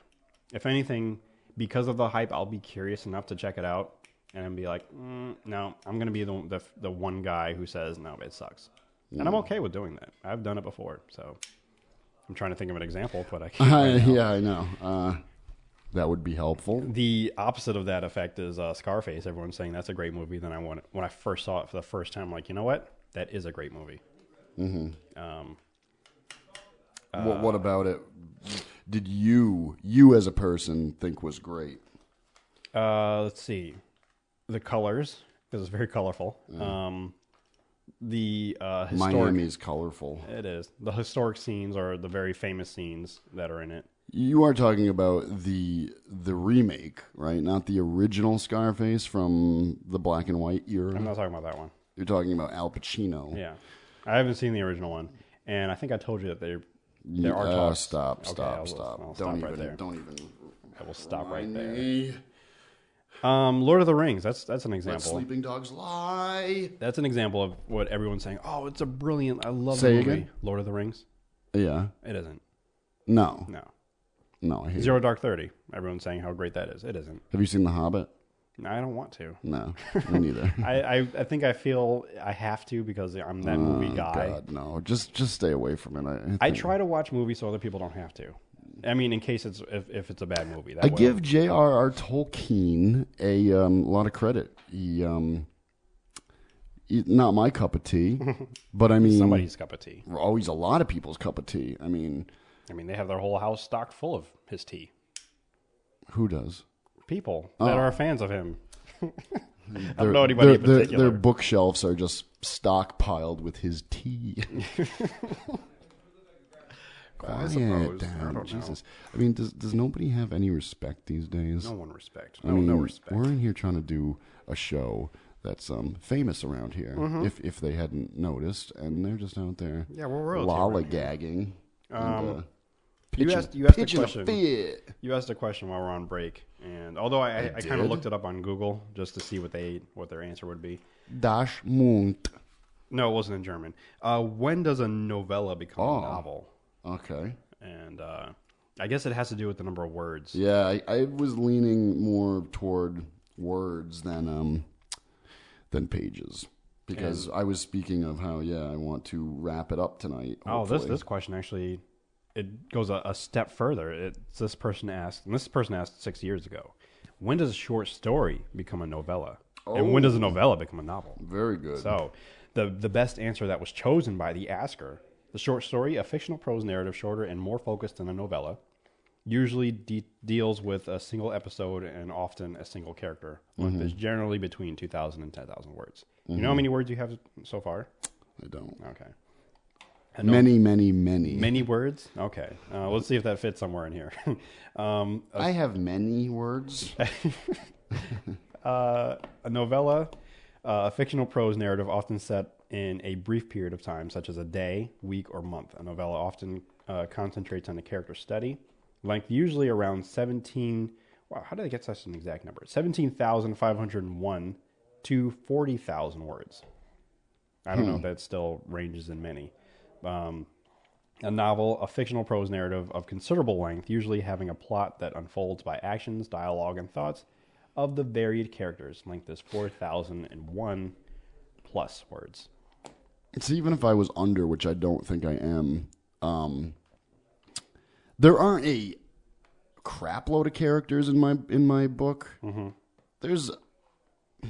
If anything, because of the hype, I'll be curious enough to check it out and then be like, mm, no, I'm going to be the, the, the one guy who says, no, it sucks. And I'm okay with doing that. I've done it before. So I'm trying to think of an example, but I can't. I, right now. yeah, I know. Uh, that would be helpful. The opposite of that effect is uh, Scarface. Everyone's saying that's a great movie. Then I want when I first saw it for the first time, I'm like, you know what? That is a great movie. Uh, what, what about it? Did you, you as a person, think was great? Uh, let's see, the colors because it's very colorful. Mm-hmm. Um, the uh, historic Miami's colorful. it is the historic scenes are the very famous scenes that are in it. You are talking about the the remake, right? Not the original Scarface from the black and white I'm era. not talking about that one. You're talking about Al Pacino. Yeah, I haven't seen the original one, and I think I told you that they there are Uh, talks. stop, Okay, stop, I'll- stop. I'll don't stop even, right there. don't even. I will stop right remind there. me. Um, Lord of the Rings. That's that's an Let example. sleeping dogs lie. That's an example of what everyone's saying. Oh, it's a brilliant. I love Say the movie. again? Lord of the Rings. Yeah. It isn't. No. No. No. I hate it. Zero Dark Thirty. Everyone's saying how great that is. It isn't. Have you seen The Hobbit? I don't want to. No. Me neither. I, I, I think I feel I have to because I'm that movie guy. Oh, God, no. Just just stay away from it. I, I think- try to watch movies so other people don't have to. I mean, in case it's if, if it's a bad movie. That I way. give J.R.R. Tolkien a um, lot of credit. He, um, he- not my cup of tea, but I mean, somebody's cup of tea. always a lot of people's cup of tea. I mean, I mean, they have their whole house stocked full of his tea. who does? People that Oh. are fans of him. I Their- don't know anybody in their- their- particular. Their bookshelves are just stockpiled with his tea. Quiet down, Jesus. I mean, does does nobody have any respect these days? no one respect. I No, mean, no respect. We're in here trying to do a show that's um, famous around here. If if they hadn't noticed, and they're just out there, Mm-hmm. Yeah, we're royalty around lollygagging. and, uh, pitching, asked- you asked a pitching question. fit. Um, You asked a question while we're on break, and although I, I, I kind of did? looked it up on Google just to see what they what their answer would be. Dash Mund. No, it wasn't in German. Uh, when does a novella become Oh. a novel? Okay. And uh, I guess it has to do with the number of words. Yeah, I, I was leaning more toward words than um than pages because I was speaking of how yeah I want to wrap it up tonight. oh, this hopefully. this question actually it goes a, a step further. It's this person asked, and this person asked six years ago. When does a short story become a novella? And when does Oh. a novella become a novel? very good. So, the the best answer that was chosen by the asker The short story, a fictional prose narrative, shorter and more focused than a novella, usually de- deals with a single episode and often a single character. Length is generally between 2,000 and 10,000 words. You know how many words you have so far? I don't. Okay. Many, many, many, Many words? Okay. Uh, let's see if that fits somewhere in here. um, I have many words. a novella, uh, a fictional prose narrative often set in a brief period of time, such as a day, week, or month. A novella often uh, concentrates on a character study, length usually around 17. Wow, how did they get such an exact number? 17,501 to 40,000 words. I don't know if that still ranges in many. Um, a novel, a fictional prose narrative of considerable length, usually having a plot that unfolds by actions, dialogue, and thoughts of the varied characters. Length is 4,001 plus words. It's even if I was under, which I don't think I am. Um, there aren't a crap load of characters in my in my book. Mm-hmm. There's Do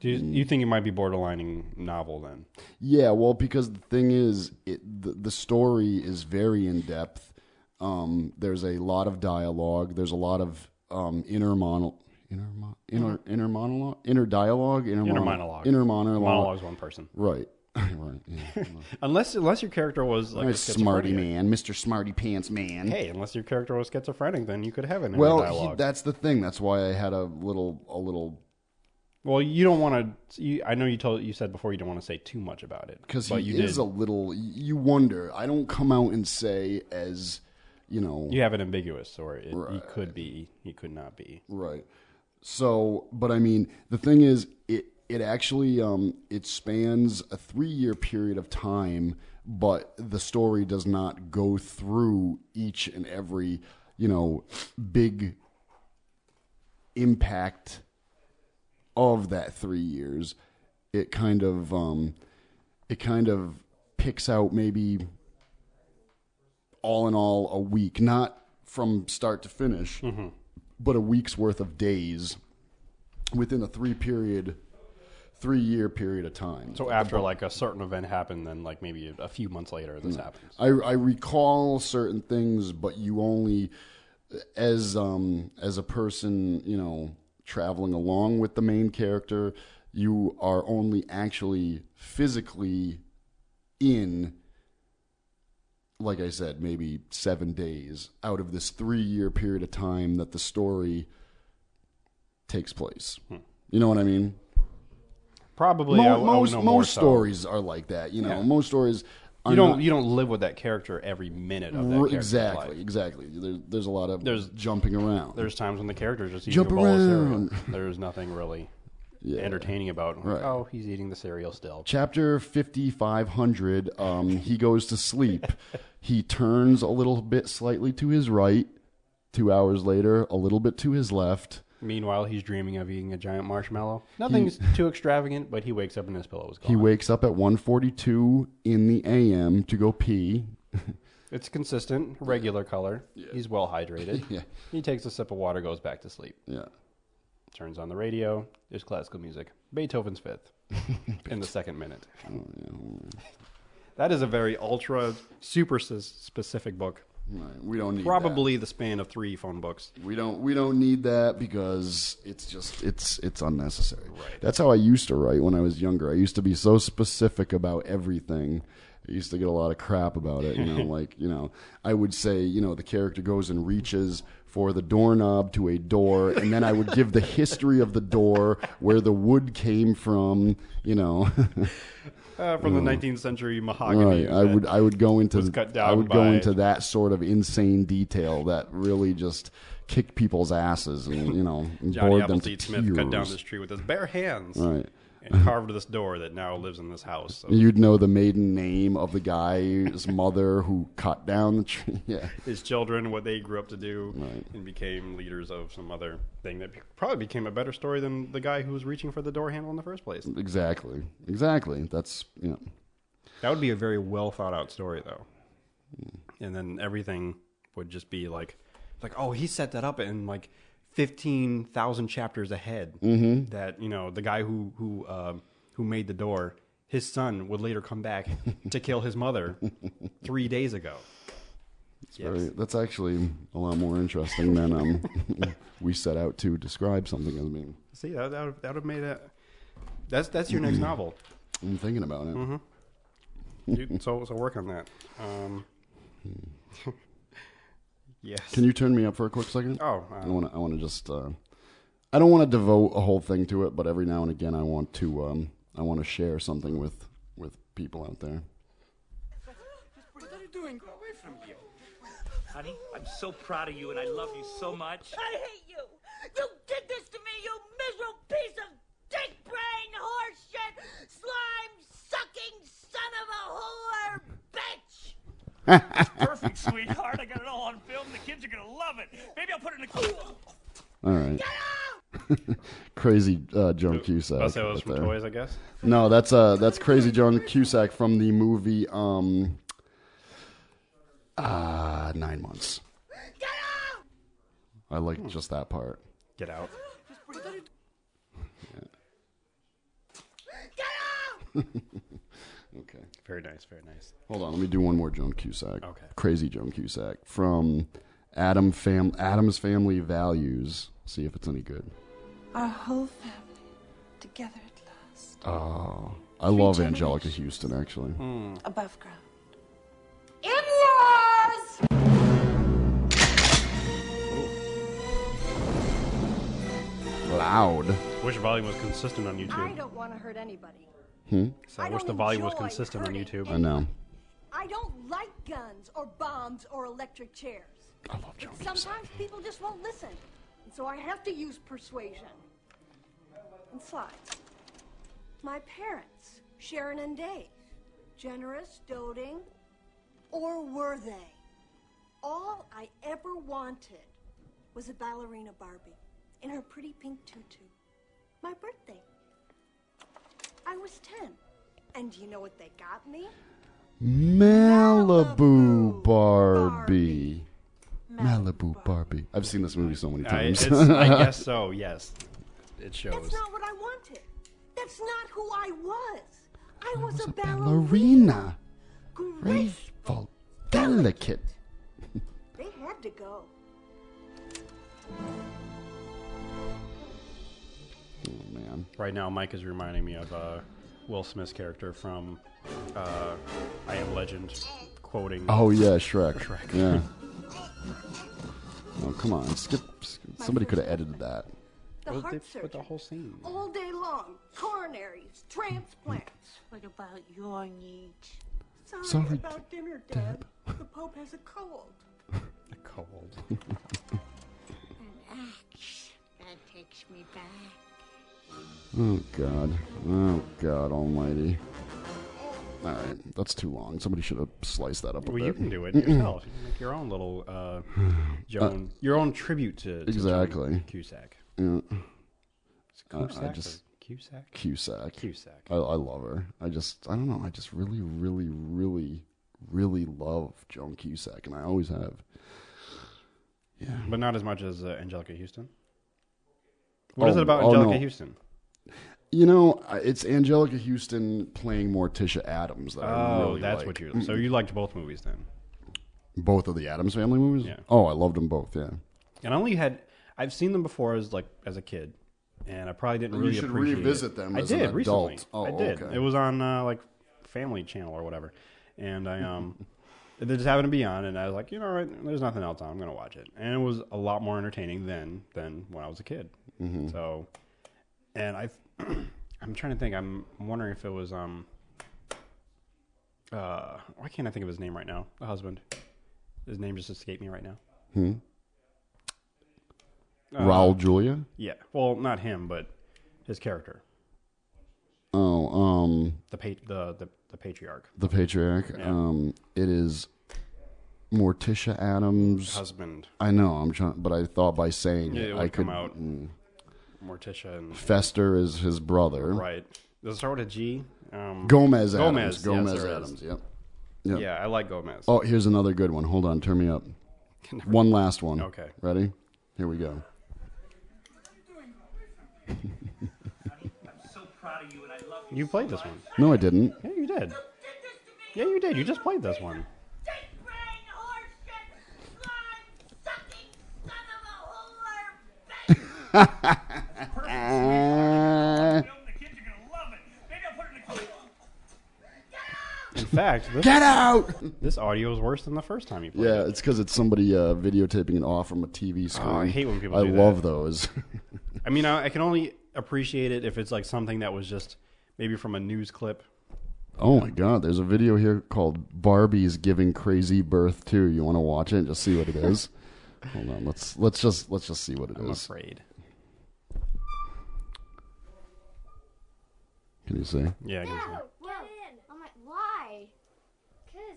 you, you think it might be borderlining novel then? Yeah, well, because the thing is, it, the, the story is very in depth. Um, there's a lot of dialogue. There's a lot of um, inner monologue. Inner, mo- inner, inner monologue, inner dialogue, inner, Mm-hmm. Inner mono- monologue. inner monologue, Monologues one person. right? right. Yeah. Unless unless your character was like a Nice smarty schizophrenic. man, Mister Smarty Pants Man. Hey, unless your character was schizophrenic, then you could have an inner well, he, dialogue. that's the thing. That's why I had a little, a little, well, you don't want to. I know you told you said before you don't want to say too much about it because but he you is did. a little. You wonder. I don't come out and say as, you know, you have it ambiguous, or it, you could be, you could not be. Right. So, but I mean, the thing is, it it actually um, it spans a three year period of time, but the story does not go through each and every you know big impact of that three years. It kind of um, it kind of picks out maybe all in all a week, not from start to finish, but a week's worth of days within a three period, three year period of time. So after like a certain event happened, then like maybe a few months later, Mm. this happens. I, I recall certain things, but you only as um as a person you know traveling along with the main character, you are only actually physically in. Like I said, maybe seven days out of this three-year period of time that the story takes place. You know what I mean? Probably, Hmm. I, Mo- would- I would most know most more so. stories are like that. You know, most stories. Are You don't not- you don't live with that character every minute of that Ri- character's exactly, life. exactly. There, there's a lot of There's- jumping around. There's times when the character's just Jump eating a bowl of cereal. around. There's nothing really Yeah. entertaining about. Right. Oh, he's eating the cereal still. Chapter 5500, um, he goes to sleep. he turns a little bit slightly to his right. Two hours later, a little bit to his left. Meanwhile, he's dreaming of eating a giant marshmallow. Nothing's too extravagant, but he wakes up and his pillow is gone. He wakes up at 1.42 in the a.m. to go pee. it's consistent, regular color. He's well hydrated. Yeah. He takes a sip of water, goes back to sleep. Yeah. Turns on the radio. There's classical music. Beethoven's Fifth in the second minute. that is a very ultra, super s- specific book. Right. We don't need Probably the span of three phone books. that. We don't we don't need that because it's just it's it's unnecessary. Right. That's how I used to write when I was younger. I used to be so specific about everything. I used to get a lot of crap about it, you know, like, you know, I would say, you know, the character goes and reaches for the doorknob to a door and then I would give the history of the door, where the wood came from, you know. Uh, from the 19th century mahogany. Right. I would I would go into was cut down I would go by- into that sort of insane detail that really just kicked people's asses and you know and Johnny bored them to Appleseed Smith cut down tears. this tree with his bare hands Right. and carved this door that now lives in this house. So You'd know the maiden name of the guy's mother who cut down the tree. Yeah. his children, what they grew up to do, and became leaders of some other thing that probably became a better story than the guy who was reaching for the door handle in the first place. Exactly. Exactly. That's you know That would be a very well thought out story, though. And then everything would just be like, like, oh, he set that up in like fifteen thousand chapters ahead. That you know, the guy who who um, who uh, made the door, his son would later come back to kill his mother three days ago. It's very- that's actually a lot more interesting than um, we set out to describe something as being. See, that that would have made it. That's that's your next novel. I'm thinking about it. Dude, so so work on that. Um, yes. Can you turn me up for a quick second? Oh, I uh, want to. I want to just. Uh, I don't want to devote a whole thing to it, but every now and again, I want to. Um, I want to share something with with people out there. What are you doing? Go away from here. Honey, I'm so proud of you and I love you so much. I hate you! You did this to me, you miserable piece of dick brain, horse shit, slime sucking son of a whore bitch! Perfect, sweetheart. I got it all on film. The kids are gonna love it. Maybe I'll put it in a. All right. Crazy uh, John Cusack. I'll say it was right from there. toys, I guess. No, that's uh, that's Crazy John Cusack from the movie um, uh, Nine Months. I like just that part. Get out. Okay. Very nice. Very nice. Hold on, let me do one more Joan Cusack. Okay. Crazy Joan Cusack from Adam Fam Adam's Family Values. See if it's any good. Our whole family together at last, Oh, I love Angelica Houston actually. above ground. In laws! Loud. Wish volume was consistent on I YouTube. don't want to hurt anybody. So I I wish don't the volume was enjoy consistent on hurting. Hmm? I YouTube. know. I don't like guns or bombs or electric chairs. I love Joan Cusack. Sometimes people just won't listen, and so I have to use persuasion. And slides. My parents, Sharon and Dave, generous, doting, or were they? All I ever wanted was a ballerina Barbie in her pretty pink tutu. My birthday. I was 10. And you know what they got me? Malibu Malibu Barbie. Malibu Barbie. I've seen this movie so many I, times. Uh, it's, I guess so. Yes, it shows. That's not what I wanted. That's not who I was. I, was, It's a a ballerina. ballerina. Grace. Graceful. Delicate. They had to go. Oh, man. Right now, Mike is reminding me of uh, Will Smith's character from uh, I Am Legend, quoting. Oh yeah, Shrek. Shrek. Yeah. Oh come on, skip. skip. Somebody could have edited that. The Well, heart they put the surgeon. whole scene. All day long. Coronaries. Transplants. What about your needs? Sorry, Sorry, about dinner, Deb. The Pope has a cold. The cold. That takes me back. Oh god. Oh god Almighty. All right, that's too long. Somebody should have sliced that up a Well, bit. you can do it yourself. You can make your own little uh, Joan, your own tribute to, to Uh, Exactly. Uh, Joan Cusack. Is it I- I Cusack or just- Cusack. Cusack. Cusack. I, I love her. I just, I don't know. I just really, really, really, really love Joan Cusack, and I always have. but not as much as uh, Angelica Houston. What is Oh, it about oh, Angelica no. Houston? You know, I- it's Angelica Houston playing Morticia Adams that I Oh, really that's like. what you. So you liked both movies then? Both of the Adams Family movies. Yeah. Oh, I loved them both. Yeah. And I only had I've seen them before as like as a kid, and I probably didn't You really should appreciate revisit it. them I as did an recently. adult. Oh, I did. okay. It was on uh, like Family Channel or whatever, and I um. They just happened to be on, and I was like, you know what? There's nothing else on. I'm gonna watch it, and it was a lot more entertaining then than when I was a kid. Mm-hmm. So, and I, I'm trying to think. I'm wondering if it was um, uh, why can't I think of his name right now? The husband, his name just escaped me right now. Uh-huh. Raul Julia. Yeah. Well, not him, but his character, Oh, um, the pa- the, the the patriarch, the patriarch. Yeah. Um, it is Morticia Adams. husband. I know. I'm trying, but I thought by saying Yeah, it, I it would could. mm. come out. Morticia and Fester is his brother. right. Does it start with a G? Um, Gomez Adams. Gomez, yes, Gomez there is. Adams. Yep. yeah. I like Gomez. Oh, here's another good one. Hold on. Turn me up. One last one. Okay. Ready? Here we go. I'm so proud of You played this one. No, I didn't. Yeah, you did. Yeah, you did. You just played this one. Uh, In fact, this, Get out! This audio is worse than the first time you played. yeah, it's because it's somebody uh, videotaping it off from a TV screen. Oh, I hate when people I do that. love those. it. I mean, I, I can only appreciate it if it's like something that was just maybe from a news clip. oh my god, there's a video here called "Barbie's Giving Crazy Birth Too." You want to watch it and just see what it is? Hold on, let's let's just let's just see what it I'm is. afraid. Can you see? Yeah. I can see. Get in. I'm like, why? Cause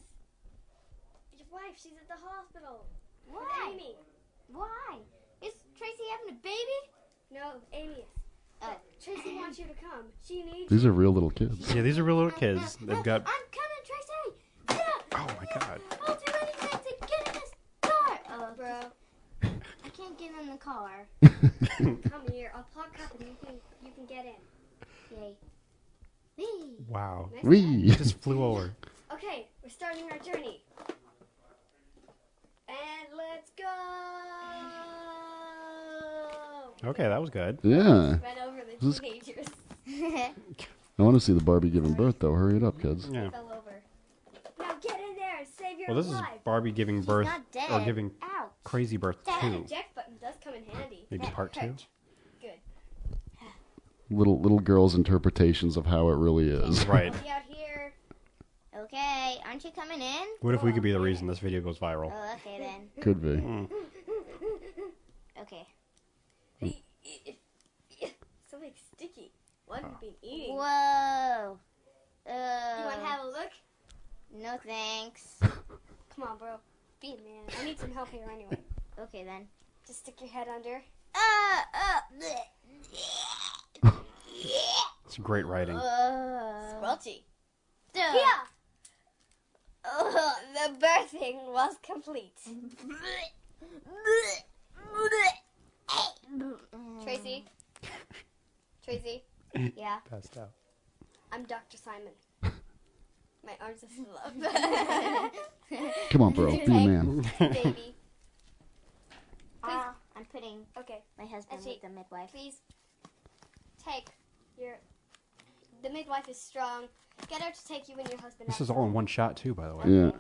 your wife, she's at the hospital. Why? With Amy. Why? Is Tracy having a baby? No, Amy is. Oh. Tracy wants you to come. She needs. These are real little kids. Yeah, these are real little kids. They've got. I'm coming, Tracy. Yeah, Oh my god. I'll do anything to get in this car. Oh, bro. I can't get in the car. Come here, I'll plug up and you can you can get in. Yay. Whee. Wow. We. Just flew over. Okay, we're starting our journey. And let's go! Okay, that was good. Yeah, Right over the teenagers. I want to see the Barbie giving birth though. Hurry it up, kids. Yeah. Fell over. Now get in there and save your Well, this is life! Barbie giving birth not dead. or giving Ouch. crazy birth That two. eject button does come in handy. Maybe That part two. hurt. Good. Little little girls' interpretations of how it really is. Right. Be out here. Okay, aren't you coming in? What if we could be the reason this video goes viral? Oh, okay then. Could be. Mm. Okay. Something sticky. What have you been eating? Whoa! You wanna have a look? No thanks. Come on, bro. Be a man. I need some help here anyway. Okay then. Just stick your head under. Uh, uh, bleh. It's great writing. Uh, Squelchy. Duh. Yeah. Ugh, the birthing was complete. Tracy. Tracy, Yeah. Passed out. I'm Dr. Simon. My arms are still up. Come on, bro, be a man. Baby. Ah, I'm putting Okay. my husband Actually, with the midwife. Please take your. The midwife is strong. Get her to take you and your husband. This out. is all in one shot too, by the way. Yeah.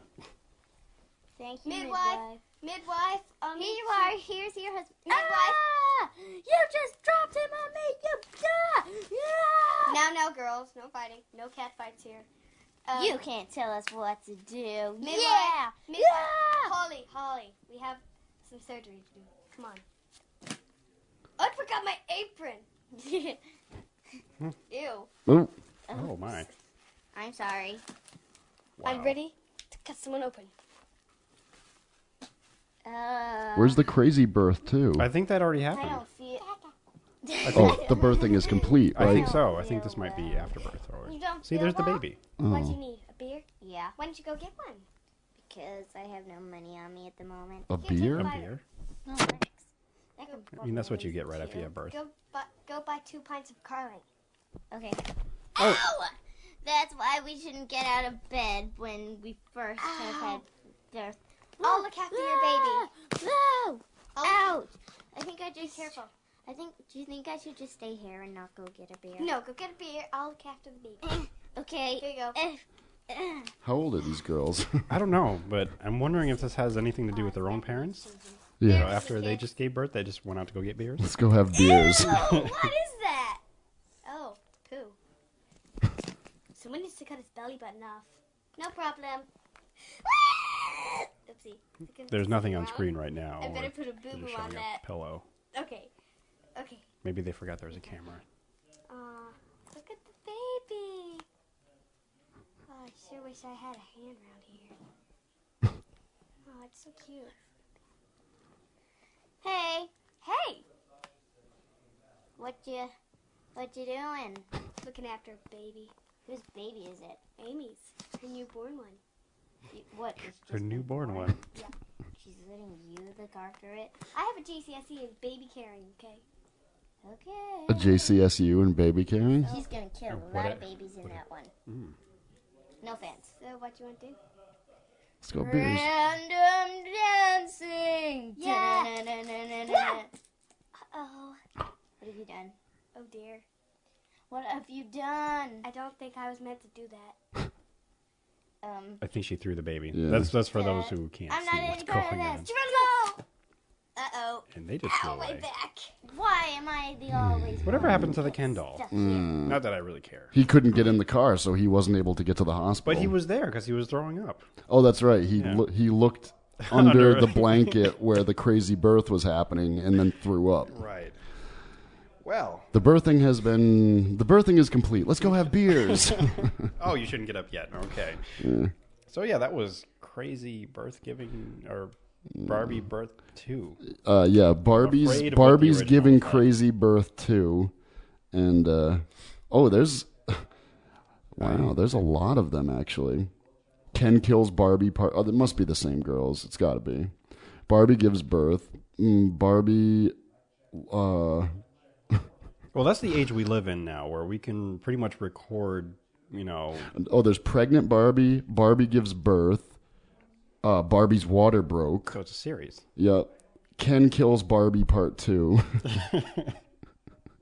Thank you, midwife. Midwife. Um, Here you are. Here's your husband. Midwife. Ah! You just dropped him on me. You. Ah! Yeah! Now, now, girls, no fighting, no cat fights here. Um, you can't tell us what to do. Midwife. Yeah. Midwife. Holly, Holly, we have some surgery to do. Come on. I forgot my apron. Ew. Oh, Oh my. I'm sorry. I'm ready to cut someone open. Uh, where's the crazy birth too? I think that already I happened. don't see it. Oh, the birthing is complete, I right? think so. I think this might be after birth. Or... You don't See, feel there's the well? baby. What do you need? A beer? Yeah, Why don't you go get one? because I have no money on me at the moment. A beer? A beer. Mm, No thanks. I can I mean, that's what you get right after you have birth. Go, bu- go buy two pints of Carling. Okay. Oh. Ow! That's why we shouldn't get out of bed when we first have had birth. I'll look after your baby. No! I'll- Ouch! I think Oh. I Be just. careful. I think. Do you think I should just stay here and not go get a beer? No, go get a beer. I'll look after the baby. Okay. Here you go. Eh, eh. How old are these girls? I don't know, but I'm wondering if this has anything to do with their own parents. You know, yeah. after they just gave birth, they just went out to go get beers. Let's go have beers. Oh, what is that? Oh, poo. Someone needs to cut his belly button off. No problem. Oopsie. I couldn't There's nothing on wrong. screen right now. I or better put a they're boo just boo on showing a that. pillow. Okay. Okay. Maybe they forgot there was a camera. Aw, look at the baby. Oh, I sure wish I had a hand around here. oh, it's so cute. Hey, Hey! what you, what you doing? Looking after a baby. Whose baby is it? Amy's, her newborn one. You- What? It's Her just newborn one. She's letting you look after it. E I have a GCSE in baby caring, okay? Okay. A JCSU and baby carrying? She's gonna kill a lot of babies in that one. Mm. No offense. So what you wanna do? Let's go beers. Random dancing. Yeah. Yeah. Oh. What have you done? Oh dear. What have you done? I don't think I was meant to do that. um. I think she threw the baby. Yeah. That's that's for those who can't I'm see not in what's any part of going on. this. Geronimo! Uh oh. And they just Ow, go my away. Hmm. back. Why am I the always? Whatever one? happened to the Ken doll? Mm. Not that I really care. He couldn't get in the car, so he wasn't able to get to the hospital. But he was there because he was throwing up. Oh, that's right. He loo- he looked Under- under the blanket where the crazy birth was happening, and then threw up. Right. Well. The birthing has been the birthing is complete. Let's go have beers. oh, you shouldn't get up yet. Okay. Yeah. So yeah, that was crazy birth giving or Mm. Barbie birth two. Uh, yeah, Barbie's Afraid of what the Barbie's original giving was. crazy birth too, and uh, oh, there's wow, there's a lot of them actually. Ken kills Barbie. Par- oh, it must be the same girls. It's got to be. Barbie gives birth. Mm, Barbie. Uh, Well, that's the age we live in now, where we can pretty much record. You know, oh, there's pregnant Barbie. Barbie gives birth. Uh, Barbie's water broke. so it's a series. Yep. Ken kills Barbie part two.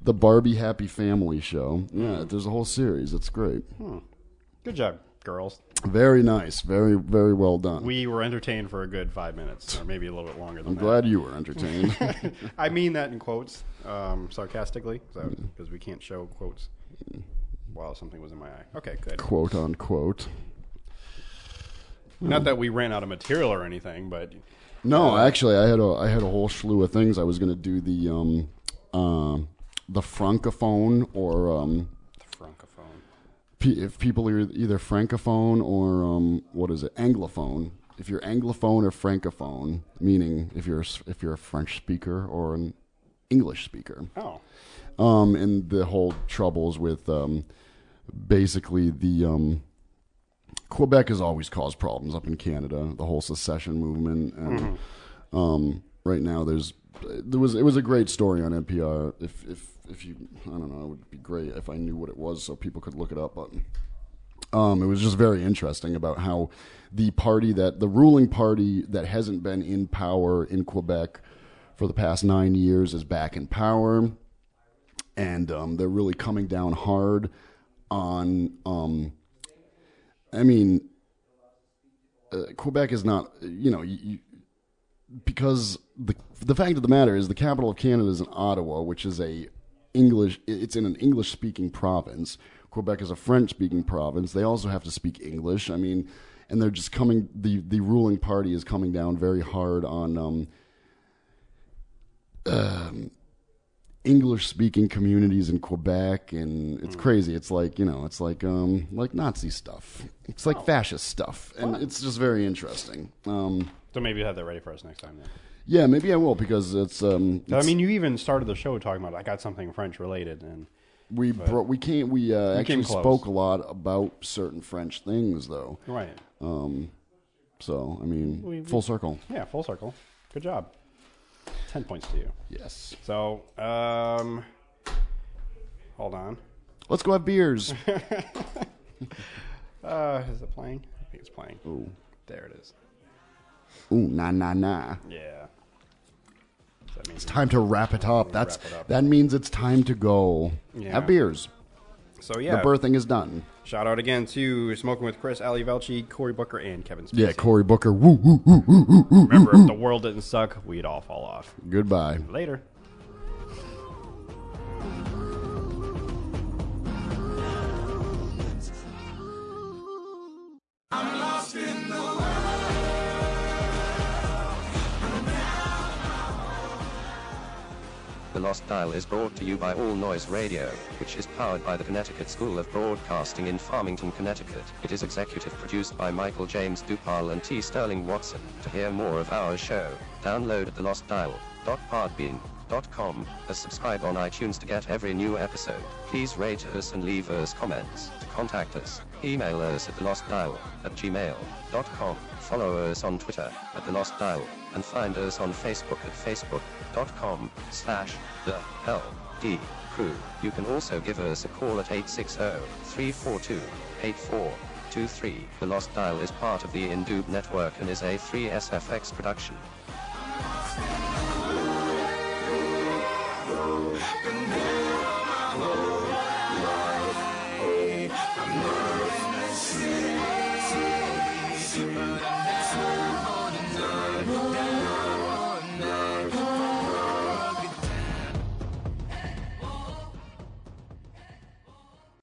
the Barbie Happy Family Show. Yeah, there's a whole series. It's great. Hmm. Good job, girls. Very nice. Very, very well done. We were entertained for a good five minutes, or maybe a little bit longer than I'm that. glad you were entertained. I mean that in quotes, um, sarcastically, because we can't show quotes. Wow, something was in my eye. Okay, good. Quote unquote. Not that we ran out of material or anything, but No, actually, I had a I had a whole slew of things. I was going to do the um, um the francophone or um, francophone. pe- if people are either francophone or um, what is it anglophone if you're anglophone or francophone meaning if you're a s- if you're a french speaker or an english speaker Oh. um and the whole troubles with um basically the um Quebec has always caused problems up in Canada, the whole secession movement, and um, right now there's there was it was a great story on NPR. If if if you I don't know, it would be great if I knew what it was so people could look it up, but. Um, it was just very interesting about how the party that the ruling party that hasn't been in power in Quebec for the past nine years is back in power, and um, they're really coming down hard on um, I mean, uh, Quebec is not, you know, you, you, because the the fact of the matter is the capital of Canada is in Ottawa, which is a English. It's in an English speaking province. Quebec is a French speaking province. They also have to speak English. I mean, and they're just coming. the The ruling party is coming down very hard on. Um, um, English speaking communities in Quebec, and it's crazy. It's like you know, it's like um, like Nazi stuff. It's like fascist stuff, and it's just very interesting. Um, So maybe you have that ready for us next time. Then. yeah, maybe I will because it's. Um, So, I it's- mean, you even started the show talking about I got something French related, and we bro- we can't we uh, We came actually close. spoke a lot about certain French things though. Right. Um, so I mean, We- we- full circle. yeah, full circle. Good job. Ten points to you. Yes. So, um, hold on. Let's go have beers. Uh, is it playing? I think it's playing. Ooh. There it is. Ooh, nah, nah, nah. Yeah. That means It's time to wrap it up. That's Wrap it up. that means it's time to go. Yeah. Have beers. So yeah. The birthing is done. Shout out again to Smoking with Chris, Ali Velchi, Corey Booker, and Kevin Spacey. Yeah, Cory Booker. Woo, woo, woo, woo, woo, woo, Remember, woo, if woo. the world didn't suck, we'd all fall off. Goodbye. Later. The Lost Dial is brought to you by All Noise Radio, which is powered by the Connecticut School of Broadcasting in Farmington, Connecticut. It is executive produced by Michael James Dupal and T. Sterling Watson. To hear more of our show, download at thelostdial.podbean.com or subscribe on iTunes to get every new episode. Please rate us and leave us comments. To contact us, email us at thelostdial at gmail.com. Follow us on Twitter at thelostdial and find us on Facebook at facebook.com slash the LD crew. You can also give us a call at 860-342-8423. The Lost Dial is part of the Indube network and is a 3SFX production. Been down on my luck.